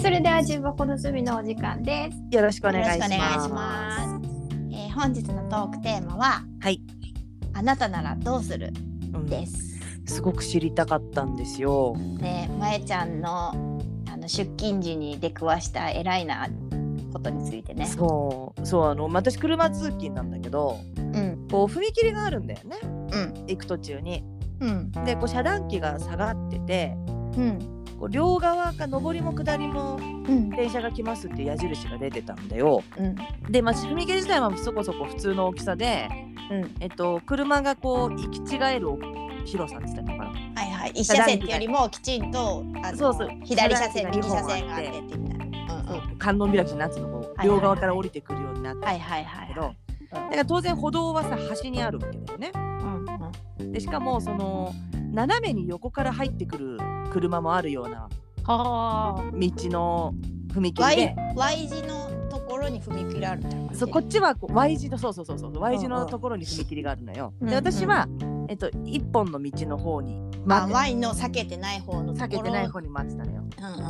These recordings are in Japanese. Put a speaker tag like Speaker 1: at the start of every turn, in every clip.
Speaker 1: それでは重箱の隅のお時間です。
Speaker 2: よろしくお願いします。
Speaker 3: よろしくお願いします。えー本日のトークテーマは、
Speaker 2: はい、
Speaker 3: あなたならどうする
Speaker 2: うん
Speaker 3: です。
Speaker 2: すごく知りたかったんですよ。
Speaker 3: ね、まえちゃんのあの出勤時に出くわした偉いなことについてね。
Speaker 2: そう、そうあのまあ私車通勤なんだけど、
Speaker 3: うん、
Speaker 2: こう踏切があるんだよね。
Speaker 3: うん、
Speaker 2: 行く途中に。
Speaker 3: うん、
Speaker 2: で、こう遮断機が下がってて、
Speaker 3: うん、
Speaker 2: こう両側が上りも下りも
Speaker 3: うん、
Speaker 2: 電車が来ますっていう矢印が出てたんだよ。
Speaker 3: うん、
Speaker 2: で、まあ踏切自体はそこそこ普通の大きさで、
Speaker 3: うん、
Speaker 2: えっと車がこう行き違える広さって言ったのかな。
Speaker 3: はいはい、一車線っていうよりもきちんと、あの
Speaker 2: そうそう
Speaker 3: 左車線、
Speaker 2: 左
Speaker 3: 右
Speaker 2: 右
Speaker 3: 車
Speaker 2: が
Speaker 3: 線があってってみたいな。うん、うん、
Speaker 2: 観音開きのやつのこ
Speaker 3: は
Speaker 2: う
Speaker 3: いはいはい
Speaker 2: 両側から降りてくるようになって
Speaker 3: はいはいは
Speaker 2: た
Speaker 3: い
Speaker 2: け。ど、
Speaker 3: うん
Speaker 2: だから当然歩道はさ端にあるわけだよね。
Speaker 3: うん、うん、
Speaker 2: でしかもその斜めに横から入ってくる車もあるような
Speaker 3: はあ。
Speaker 2: 道の踏切
Speaker 3: Y
Speaker 2: で
Speaker 3: Y 字のところに踏切あるみたいな感じ。
Speaker 2: そうこっちはこう Y 字のそうそうそうそう Y 字
Speaker 3: うんう
Speaker 2: の
Speaker 3: ん
Speaker 2: ところに踏切があるのよ。
Speaker 3: うんう
Speaker 2: で
Speaker 3: ん
Speaker 2: 私は、えっと、一本の道の方に
Speaker 3: まあ、
Speaker 2: 待って
Speaker 3: Y の避けてない方のところ
Speaker 2: 避けてない方に待ってたのよ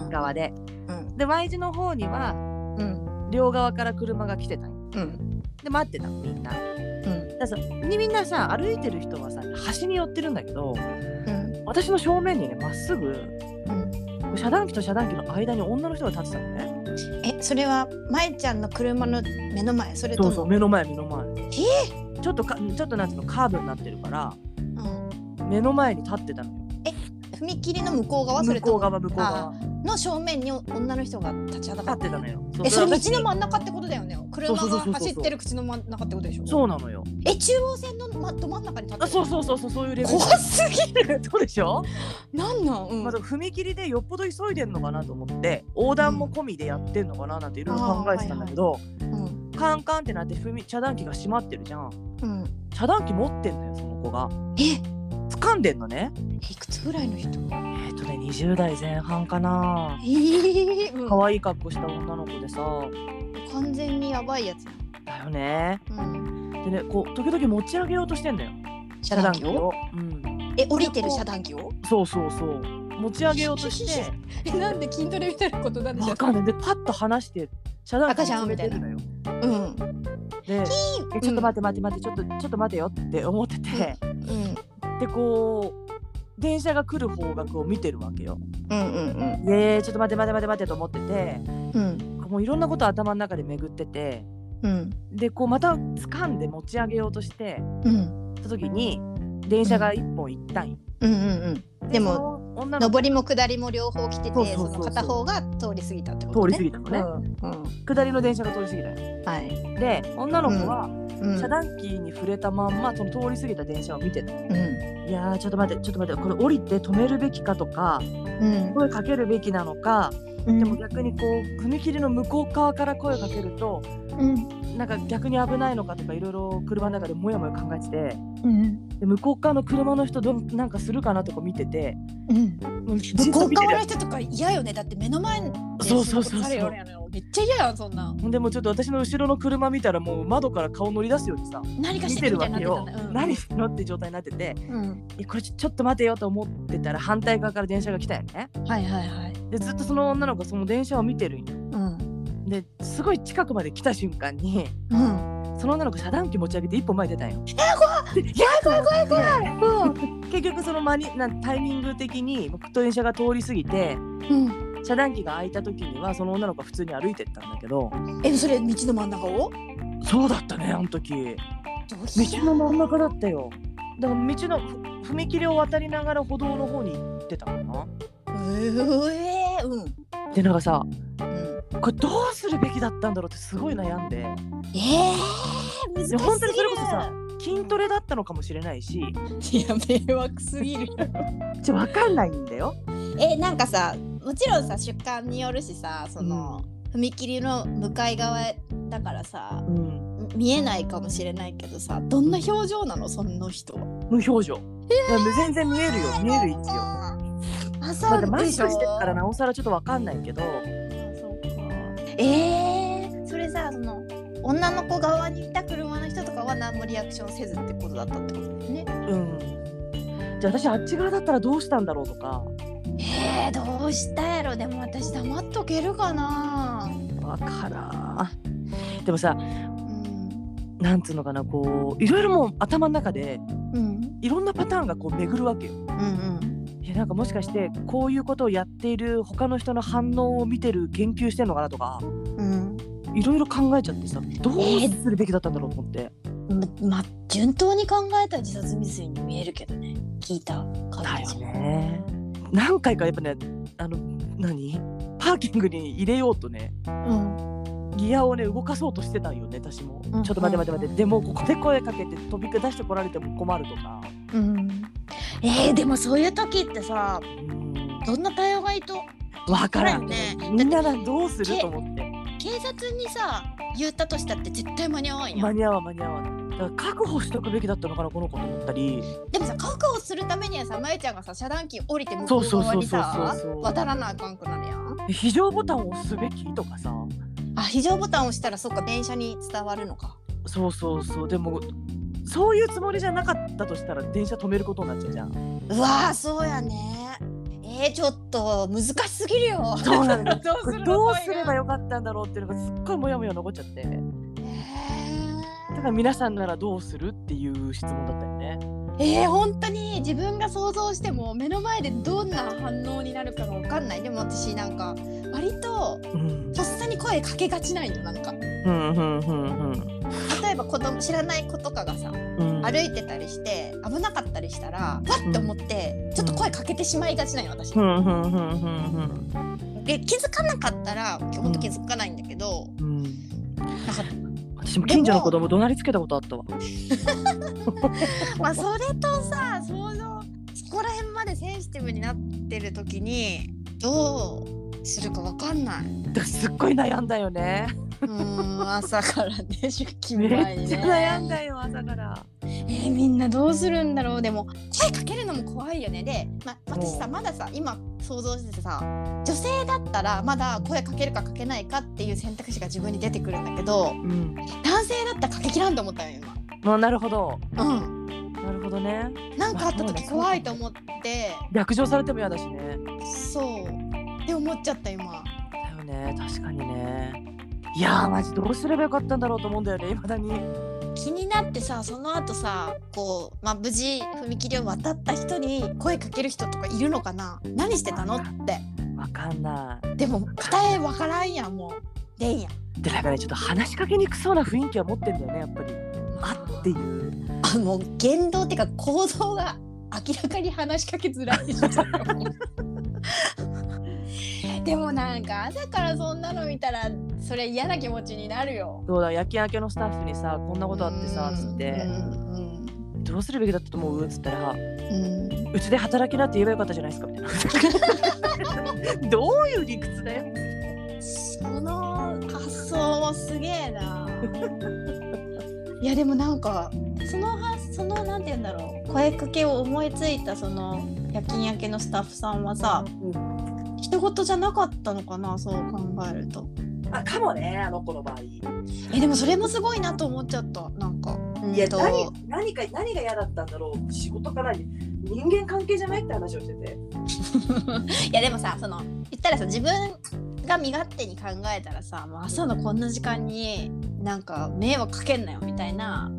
Speaker 3: うん
Speaker 2: 側で。
Speaker 3: うん
Speaker 2: で Y 字の方には
Speaker 3: うん
Speaker 2: 両側から車が来てたのよ
Speaker 3: うん
Speaker 2: で待ってたのみんな。
Speaker 3: うん
Speaker 2: だからさみんなさ歩いてる人はさ端に寄ってるんだけど
Speaker 3: うん
Speaker 2: 私の正面にねまっすぐ
Speaker 3: うん
Speaker 2: 遮断機と遮断機の間に女の人が立ってたのね
Speaker 3: えそれはまえちゃんの車の目の前それと
Speaker 2: そ
Speaker 3: も
Speaker 2: うそう目の前目の前
Speaker 3: え
Speaker 2: ちょっとかちょっとなんていうのカーブになってるから
Speaker 3: うん
Speaker 2: 目の前に立ってたのよ
Speaker 3: 踏切の向こう側そ
Speaker 2: 向
Speaker 3: れ
Speaker 2: こと
Speaker 3: も
Speaker 2: う側向こう側
Speaker 3: の正面に女の人が立ちはだ
Speaker 2: 立
Speaker 3: か
Speaker 2: っ
Speaker 3: ってて
Speaker 2: たのよそう
Speaker 3: えそれ
Speaker 2: 私
Speaker 3: 道の真ん中ってことだよね車
Speaker 2: そうそう
Speaker 3: が
Speaker 2: そうそう
Speaker 3: 走ってる口の真ん中ってことでしょ
Speaker 2: そうなのよ
Speaker 3: え中央線のまど真ん中に立って
Speaker 2: あ
Speaker 3: る
Speaker 2: そうそうそうそうそういうレベル
Speaker 3: 怖すぎる
Speaker 2: そうでしょ、
Speaker 3: なんなん、うん
Speaker 2: まあ、踏切でよっぽど急いでんのかなと思って横断も込みでやってんのかななんていろいろ考えてたんだけど、
Speaker 3: うん
Speaker 2: カンカンってなって踏み遮断機が閉まってるじゃん
Speaker 3: うん
Speaker 2: 遮断機持ってんのよその子が
Speaker 3: え
Speaker 2: 掴んでんのね
Speaker 3: いくつぐらいの人
Speaker 2: えっ、とね20代前半かな
Speaker 3: えー、うん
Speaker 2: 可愛い格好した女の子でさ
Speaker 3: 完全にやばいやつや
Speaker 2: だよね
Speaker 3: うん
Speaker 2: でねこう時々持ち上げようとしてんのよ
Speaker 3: 遮断機を
Speaker 2: うん
Speaker 3: え降りてる遮断機を
Speaker 2: そうそうそう持ち上げようとして
Speaker 3: えなんで筋トレみたいなことなんでしょ
Speaker 2: わかんないでパッと離して遮断機
Speaker 3: 赤ちゃんみたいな
Speaker 2: のよ
Speaker 3: うん
Speaker 2: で
Speaker 3: ー
Speaker 2: えちょっと待って待って待ってちょっとちょっと待てよって思ってて
Speaker 3: うん
Speaker 2: でこう電車が来る方角を見てるわけよ
Speaker 3: うんうん
Speaker 2: でちょっと待て待て待て待てと思ってて
Speaker 3: うん
Speaker 2: もういろんなこと頭の中で巡ってて
Speaker 3: うん
Speaker 2: でこうまた掴んで持ち上げようとして
Speaker 3: うん
Speaker 2: た時に電車が一本行ったんよ
Speaker 3: うんうんでも
Speaker 2: その女の子
Speaker 3: 上りも下りも両方来て
Speaker 2: そう
Speaker 3: て
Speaker 2: そう
Speaker 3: そ
Speaker 2: そうそ
Speaker 3: の
Speaker 2: う
Speaker 3: 片方が通り過ぎたってこと
Speaker 2: 通り
Speaker 3: ね
Speaker 2: 過ぎたのね、
Speaker 3: うんうん
Speaker 2: 下りの電車が通り過ぎたよ
Speaker 3: はい
Speaker 2: で女の子は
Speaker 3: うん
Speaker 2: 遮断機に触れたまんまその通り過ぎた電車を見てた
Speaker 3: うん
Speaker 2: いやーちょっと待ってちょっと待ってこれ降りて止めるべきかとか
Speaker 3: うん
Speaker 2: 声かけるべきなのか
Speaker 3: うん
Speaker 2: でも逆にこう踏切の向こう側から声かけると
Speaker 3: うん
Speaker 2: なんか逆に危ないのかとかいろいろ車の中でもやもや考えてて
Speaker 3: うん
Speaker 2: で向こう側の車の人どんなんかするかなとか見てて
Speaker 3: うん向こう側の
Speaker 2: 人
Speaker 3: 人とか嫌よねだって目の前で
Speaker 2: そうそうそう
Speaker 3: のこ
Speaker 2: そう
Speaker 3: とされるよねめっちゃ嫌やんそんなん
Speaker 2: でもうちょっと私の後ろの車見たらもう窓から顔乗り出すようにさ
Speaker 3: 何か
Speaker 2: 見
Speaker 3: してて
Speaker 2: る
Speaker 3: るみた
Speaker 2: わ
Speaker 3: いにな
Speaker 2: け
Speaker 3: ってたん
Speaker 2: よ
Speaker 3: だうん
Speaker 2: 何してんのって状態になってて
Speaker 3: うん
Speaker 2: えこれちょちょっと待てよと思ってたら反対側から電車が来たよね
Speaker 3: はいはいはい
Speaker 2: でずっとその女の子その電車を見てるんよ
Speaker 3: うん
Speaker 2: ですごい近くまで来た瞬間に
Speaker 3: うん
Speaker 2: その女の子遮断機持ち上げて一歩前に出たんよ
Speaker 3: いや怖い怖い怖い。
Speaker 2: 結局その間になんタイミング的に僕と電車が通り過ぎて
Speaker 3: うん。
Speaker 2: 遮断機が開いた時にはその女の子は普通に歩いてったんだけど
Speaker 3: えそれ道の真ん中を？
Speaker 2: そうだったねあの時
Speaker 3: 道
Speaker 2: 道の真ん中だったよだから道のふ踏切を渡りながら歩道の方に行ってたかな
Speaker 3: うえー、うん。うん
Speaker 2: でなんかさこれどうするべきだったんだろうってすごい悩んで
Speaker 3: えー、難しすぎ
Speaker 2: で
Speaker 3: る。
Speaker 2: 本当にそれこそさ筋トレだったのかもしれないし
Speaker 3: いや迷惑すぎる。
Speaker 2: ちょわかんないんだよ
Speaker 3: えなんかさもちろんさ出荷によるしさその、踏切の向かい側だからさ
Speaker 2: うん
Speaker 3: 見えないかもしれないけどさどんな表情なのその人は。
Speaker 2: 無表情、いや全然見えるよ見える位置よ
Speaker 3: あ
Speaker 2: ま
Speaker 3: そう
Speaker 2: だマ
Speaker 3: で
Speaker 2: スク
Speaker 3: しょ。
Speaker 2: してるからなおさらちょっとわかんないけど
Speaker 3: そうか。えー、それさ、その女の子側にいた車の人とかは何もリアクションせずってことだったってことだよね。
Speaker 2: うんじゃあ私あっち側だったらどうしたんだろうとか
Speaker 3: ええー、どうしたやろでも私黙っとけるかな
Speaker 2: わからんでもさ
Speaker 3: うん
Speaker 2: なんつうのかなこういろいろもう頭の中で
Speaker 3: うん
Speaker 2: いろんなパターンがこう巡るわけよ
Speaker 3: うん
Speaker 2: いやなんかもしかしてこういうことをやっている他の人の反応を見てる研究してんのかなとか
Speaker 3: うん
Speaker 2: いろいろ考えちゃってさどうするべきだったんだろうと思って、
Speaker 3: うんまま順当に考えた自殺未遂に見えるけどね聞いた感じ
Speaker 2: ね何回かやっぱねあの何パーキングに入れようとね
Speaker 3: うん
Speaker 2: ギアをね動かそうとしてたんよね私も、
Speaker 3: うん
Speaker 2: ちょっと待って待って待ってでもここで声かけて飛び出してこられても困るとか
Speaker 3: うんえー、でもそういう時ってさ
Speaker 2: うん
Speaker 3: どんな対応がいいと
Speaker 2: 分からん
Speaker 3: わね
Speaker 2: みん
Speaker 3: だ
Speaker 2: な
Speaker 3: って
Speaker 2: らどうすると思って
Speaker 3: 警察にさ言ったとしたって絶対間に合わんや
Speaker 2: 間
Speaker 3: ん
Speaker 2: に合わん間に合わんだから確保しとくべきだったのかなこの子と思ったり
Speaker 3: でもさ確保するためにはさまゆちゃんがさ遮断機降りて向
Speaker 2: そ
Speaker 3: こ
Speaker 2: う
Speaker 3: う
Speaker 2: そう
Speaker 3: 側
Speaker 2: そう
Speaker 3: に
Speaker 2: そう
Speaker 3: さ
Speaker 2: そう
Speaker 3: 渡らなあかんくなるやん
Speaker 2: 非常ボタンを押すべきとかさ
Speaker 3: あ非常ボタンを押したらそっか電車に伝わるのか
Speaker 2: そうそうそうでもそういうつもりじゃなかったとしたら電車止めることになっちゃうじゃん
Speaker 3: うわーそうやねえー、ちょっと難しすぎるよ
Speaker 2: そうなんだ
Speaker 3: ど
Speaker 2: こ
Speaker 3: うす
Speaker 2: れ
Speaker 3: る
Speaker 2: どうすればよかったんだろうっていうのがすっごいモヤモヤ残っちゃってだ
Speaker 3: え
Speaker 2: から皆さんならどうするっていう質問だったよね
Speaker 3: ー、えー、本当に自分が想像しても目の前でどんな反応になるかがわかんないでも私なんか割と
Speaker 2: うん
Speaker 3: とっさに声かけがちなんよなんか
Speaker 2: うんうんうんうん
Speaker 3: 例えば子供知らない子とかがさ
Speaker 2: うん
Speaker 3: 歩いてたりして危なかったりしたらパッと思ってちょっと声かけてしまいがちなんよ私
Speaker 2: う。んうんうんうん
Speaker 3: で気づかなかったらほんと気づかないんだけど
Speaker 2: うんうん
Speaker 3: なんか
Speaker 2: 私も近所の子供怒鳴りつけたことあったわ
Speaker 3: まあそれとさ想像そこら辺までセンシティブになってる時にどうするかわかんない。
Speaker 2: だからすっごい悩んだよね
Speaker 3: うーん朝からね出勤
Speaker 2: め
Speaker 3: 前
Speaker 2: っ
Speaker 3: に
Speaker 2: ちゃ
Speaker 3: ね。
Speaker 2: 悩んだよ朝から
Speaker 3: えーみんなどうするんだろうでも声かけるのも怖いよねで、ま、私さ
Speaker 2: う
Speaker 3: まださ今想像しててさ女性だったらまだ声かけるかかけないかっていう選択肢が自分に出てくるんだけど
Speaker 2: うん
Speaker 3: 男性だったらかけきらんと思ったよ
Speaker 2: もうなるほど
Speaker 3: 今。うん
Speaker 2: なるほどね
Speaker 3: なんかあった
Speaker 2: まあそうだ
Speaker 3: 時
Speaker 2: ね
Speaker 3: 怖いと思って
Speaker 2: 逆上されても嫌だしね
Speaker 3: そうって思っちゃった今。
Speaker 2: だよね確かにねいやーマジどうすればよかったんだろうと思うんだよねいまだに
Speaker 3: 気になってさその後さこう、まあ、無事踏切を渡った人に声かける人とかいるのかな何してたのって
Speaker 2: わかんな
Speaker 3: でも答えわからんやんもうでんやん
Speaker 2: いでだからねちょっと話しかけにくそうな雰囲気は持ってんだよねやっぱりあっていう
Speaker 3: あもう言動っていうか行動が明らかに話しかけづらいでしょ でもなんか朝からそんなの見たらそれ嫌な気持ちになるよ
Speaker 2: そうだ夜勤明けのスタッフにさこんなことあってさつって
Speaker 3: うん
Speaker 2: どうするべきだったと思うっつったら
Speaker 3: うんうん
Speaker 2: うちで働きなって言えばよかったじゃないですかみたいなどういう理屈だよ
Speaker 3: その発想もすげえな。いやでもなんかその発そのなんて言うんだろう声かけを思いついたその夜勤明けのスタッフさんはさ、人事じゃなかったのかなそう考えると。
Speaker 2: あかもねあの子の場合
Speaker 3: えでもそれもすごいなと思っちゃったなんか。
Speaker 2: いや
Speaker 3: うんと
Speaker 2: 何何か何が嫌だったんだろう仕事から人間関係じゃないって話をしてて
Speaker 3: いやでもさその言ったらさ自分が身勝手に考えたらさもう朝のこんな時間になんか迷惑かけんなよみたいな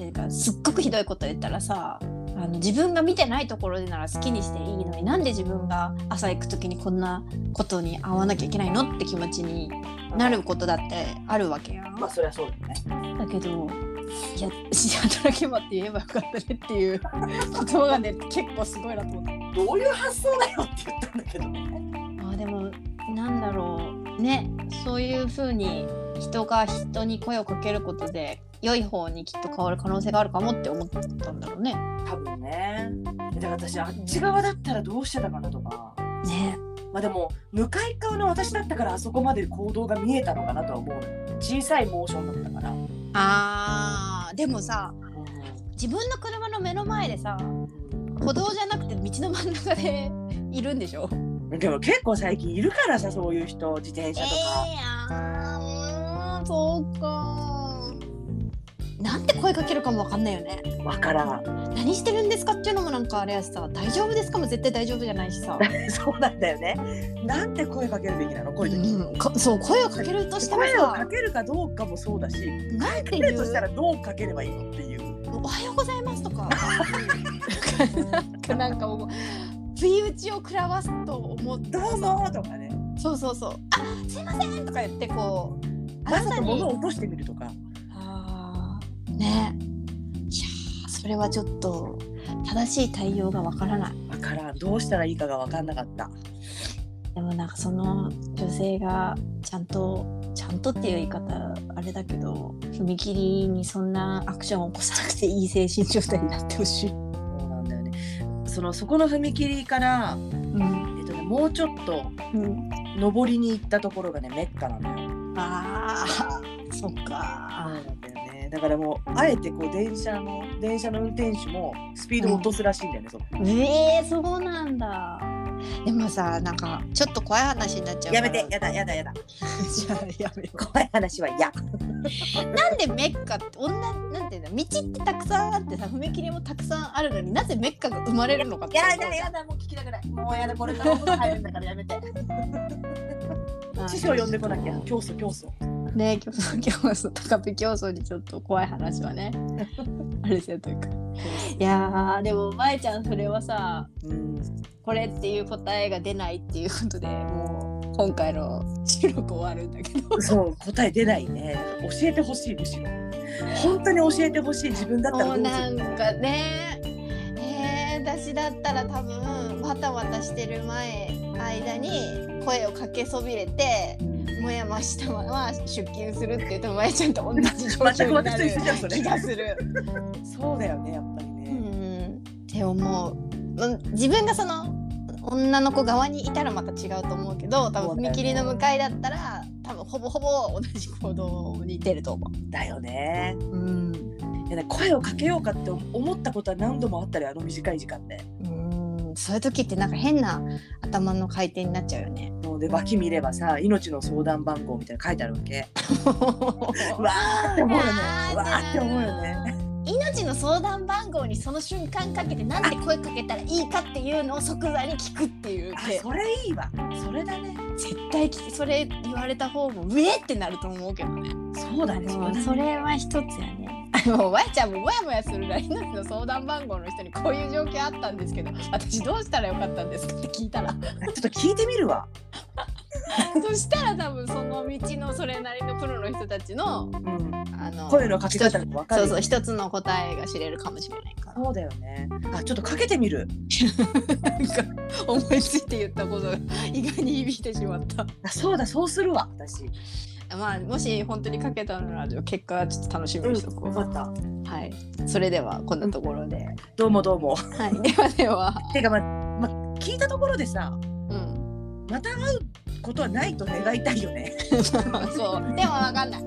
Speaker 3: なんかすっごくひどいこと言ったらさあの自分が見てないところでなら好きにしていいのになんで自分が朝行く時にこんなことに会わなきゃいけないのって気持ちになることだってあるわけやん。
Speaker 2: まあそりゃそうだよね
Speaker 3: だけどいや働けばって言えばよかったねって いう言葉がね結構すごいなと思った。
Speaker 2: どういう発想だよって言ったんだけど
Speaker 3: あでもなんだろうねそういう風に人が人に声をかけることで良い方にきっと変わる可能性があるかもって思ったんだろうね。
Speaker 2: 多分ねだから私あっち側だったらどうしてたかなとか
Speaker 3: ね
Speaker 2: まあでも向かい側の私だったからあそこまで行動が見えたのかなとは思う小さいモーションだったから、
Speaker 3: あーでもさ自分の車の目の前でさ歩道じゃなくて道の真ん中でいるんでしょ
Speaker 2: でも結構最近いるからさそういう人自転車とか、
Speaker 3: やーうーんそうかなんて声かけるかもわかんないよね
Speaker 2: わからん
Speaker 3: 何してるんですかっていうのもなんかあれやしさ大丈夫ですかも絶対大丈夫じゃないしさ、
Speaker 2: そうなんだよねなんて声かけるべきなのこういう時、
Speaker 3: うん、かそう声をかけるとしても
Speaker 2: 声をか
Speaker 3: さ
Speaker 2: けるかどうかもそうだし
Speaker 3: なんて
Speaker 2: かけ
Speaker 3: い
Speaker 2: るとした
Speaker 3: う
Speaker 2: らどうかければいいのっていう
Speaker 3: 「おはようございます」とかなんかなんかもう不意打ちを食らわすと思って
Speaker 2: どうもとかね
Speaker 3: そうそうそう「あすいません」とか言ってこうあ
Speaker 2: わ
Speaker 3: な
Speaker 2: ざ
Speaker 3: た
Speaker 2: と
Speaker 3: に
Speaker 2: 物を落としてみるとか
Speaker 3: あーねいやーそれはちょっと正しい対応がわからない
Speaker 2: わからんどうしたらいいかが分かんなかった
Speaker 3: でもなんかその女性がちゃんとちゃんとっていう言い方あれだけど踏切にそんなアクションを起こさなくていい精神状態になってほしい、
Speaker 2: そうなんだよねそのそこの踏切から、
Speaker 3: うん
Speaker 2: えっとね、もうちょっと
Speaker 3: うん、
Speaker 2: 上りに行ったところがねメッカなのよ
Speaker 3: あーそっ
Speaker 2: そう
Speaker 3: か
Speaker 2: なんだよねだからもうあえてこう電車の電車の運転手もスピードを落とすらしいんだよね、そこ
Speaker 3: えー、そうなんだでもさなんかちょっと怖い話になっちゃうか
Speaker 2: や
Speaker 3: ら
Speaker 2: めてやだやだやだ
Speaker 3: じゃあやめよう
Speaker 2: 怖い話は嫌
Speaker 3: なんでメッカって女なんていうんだ道ってたくさんあってさ踏切もたくさんあるのになぜメッカが生まれるのかって
Speaker 2: やだやだもう聞きたくないもうやだこれからお風呂入るんだからやめて師匠呼んでこなきゃ教祖教祖
Speaker 3: ね競争競争高部競争にちょっと怖い話は ねあれせというかいやーでもまえちゃんそれはさ
Speaker 2: うん
Speaker 3: これっていう答えが出ないっていうことでもう今回の収録終わるんだけど
Speaker 2: そう答え出ないね教えてほしいむしろ本当に教えてほしい自分だったらど
Speaker 3: もう
Speaker 2: うす
Speaker 3: な
Speaker 2: る
Speaker 3: んかねえー、私だったら多分わたわたしてる前間に声をかけそびれてもやましたまま出勤するっていうとまえちゃんと同じ状況
Speaker 2: 全く
Speaker 3: にな
Speaker 2: 私と
Speaker 3: る
Speaker 2: 一緒じゃんそれ
Speaker 3: 気がする。
Speaker 2: そうだよねやっぱり
Speaker 3: う
Speaker 2: ね、
Speaker 3: んって思ううん自分がその女の子側にいたらまた違うと思うけど多分踏切の向かいだったら多分ほぼほぼ同じ行動に出ると思
Speaker 2: だよね
Speaker 3: う。うん
Speaker 2: いやね声をかけようかって思ったことは何度もあったりあの短い時間で
Speaker 3: うんそういう時ってなんか変な頭の回転になっちゃうよね。
Speaker 2: もうで脇見ればさ命の相談番号みたいなの書いてあるわ けわーって思うよねわーって思うよね。
Speaker 3: 命の相談番号にその瞬間かけてなんて声かけたらいいかっていうのを即座に聞くっていう
Speaker 2: あそれいいわそれだね
Speaker 3: 絶対聞きそれ言われた方もうえってなると思うけどね。
Speaker 2: そうだねそれだね
Speaker 1: それは一つやね。
Speaker 3: もうまやちゃんももやもやする LINE の相談番号の人にこういう状況あったんですけど私どうしたらよかったんですかって聞いた ら
Speaker 2: ちょっと聞いてみるわ
Speaker 3: そしたら多分その道のそれなりのプロの人たちの
Speaker 2: うん
Speaker 3: あの
Speaker 2: 声のかけ方が分かる
Speaker 3: そうそう一つの答えが知れるかもしれないから
Speaker 2: そうだよねあちょっとかけてみる
Speaker 3: 思いついて言ったことが意外に響いてしまった
Speaker 2: あそうだそうするわ私
Speaker 3: まあもし本当にかけたのなら結果はちょっと楽しみにしとこう、
Speaker 2: 分かった
Speaker 3: はいそれではこんなところで、はい
Speaker 2: どうもどうも
Speaker 3: ではでは
Speaker 2: てかまま聞いたところでさ
Speaker 3: うん
Speaker 2: また会うことはないと願いたいよね
Speaker 3: そうでもわかんない、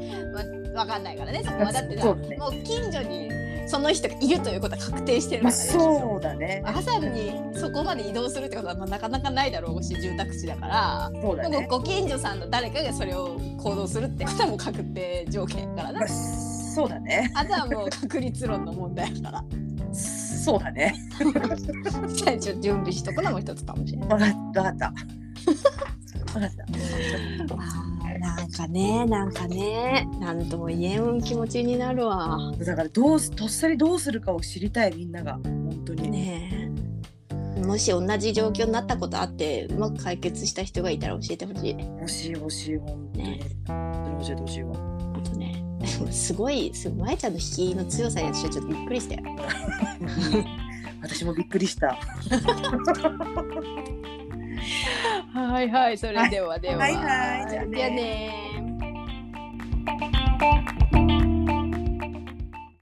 Speaker 3: ま、わかんないからねそこはだってさ
Speaker 2: そうね
Speaker 3: もう近所にその人がいるということは確定してる
Speaker 2: ま
Speaker 3: か
Speaker 2: あ
Speaker 3: らね、
Speaker 2: そうだね
Speaker 3: 朝にそこまで移動するってことは、まあ、なかなかないだろうし住宅地だから
Speaker 2: そうだ
Speaker 3: もう
Speaker 2: ね
Speaker 3: ご近所さんの誰かがそれを行動するってことはもう確定条件やから
Speaker 2: まあ
Speaker 3: な
Speaker 2: そうだね
Speaker 3: あとはもう確率論の問題やから
Speaker 2: そうだね
Speaker 3: じゃあちょっと準備しとくのも一つかもしれない。
Speaker 2: 分かった分かった分かった
Speaker 3: なんかねなんかねなんとも言えん気持ちになるわ。
Speaker 2: だからどうすとっさにどうするかを知りたいみんなが本当に、
Speaker 3: ねえもし同じ状況になったことあってうまく解決した人がいたら教えてほしい
Speaker 2: 欲しい欲しい本当に、
Speaker 3: ね
Speaker 2: 本当に教えてほしいわ
Speaker 3: あとね すごいすごいまえちゃんの引きの強さに私はちょっとびっくりしたよ
Speaker 2: 私もびっくりした
Speaker 3: はいはいそ
Speaker 2: れ
Speaker 3: ではで
Speaker 2: ははいはいじゃあねじゃあ
Speaker 3: ね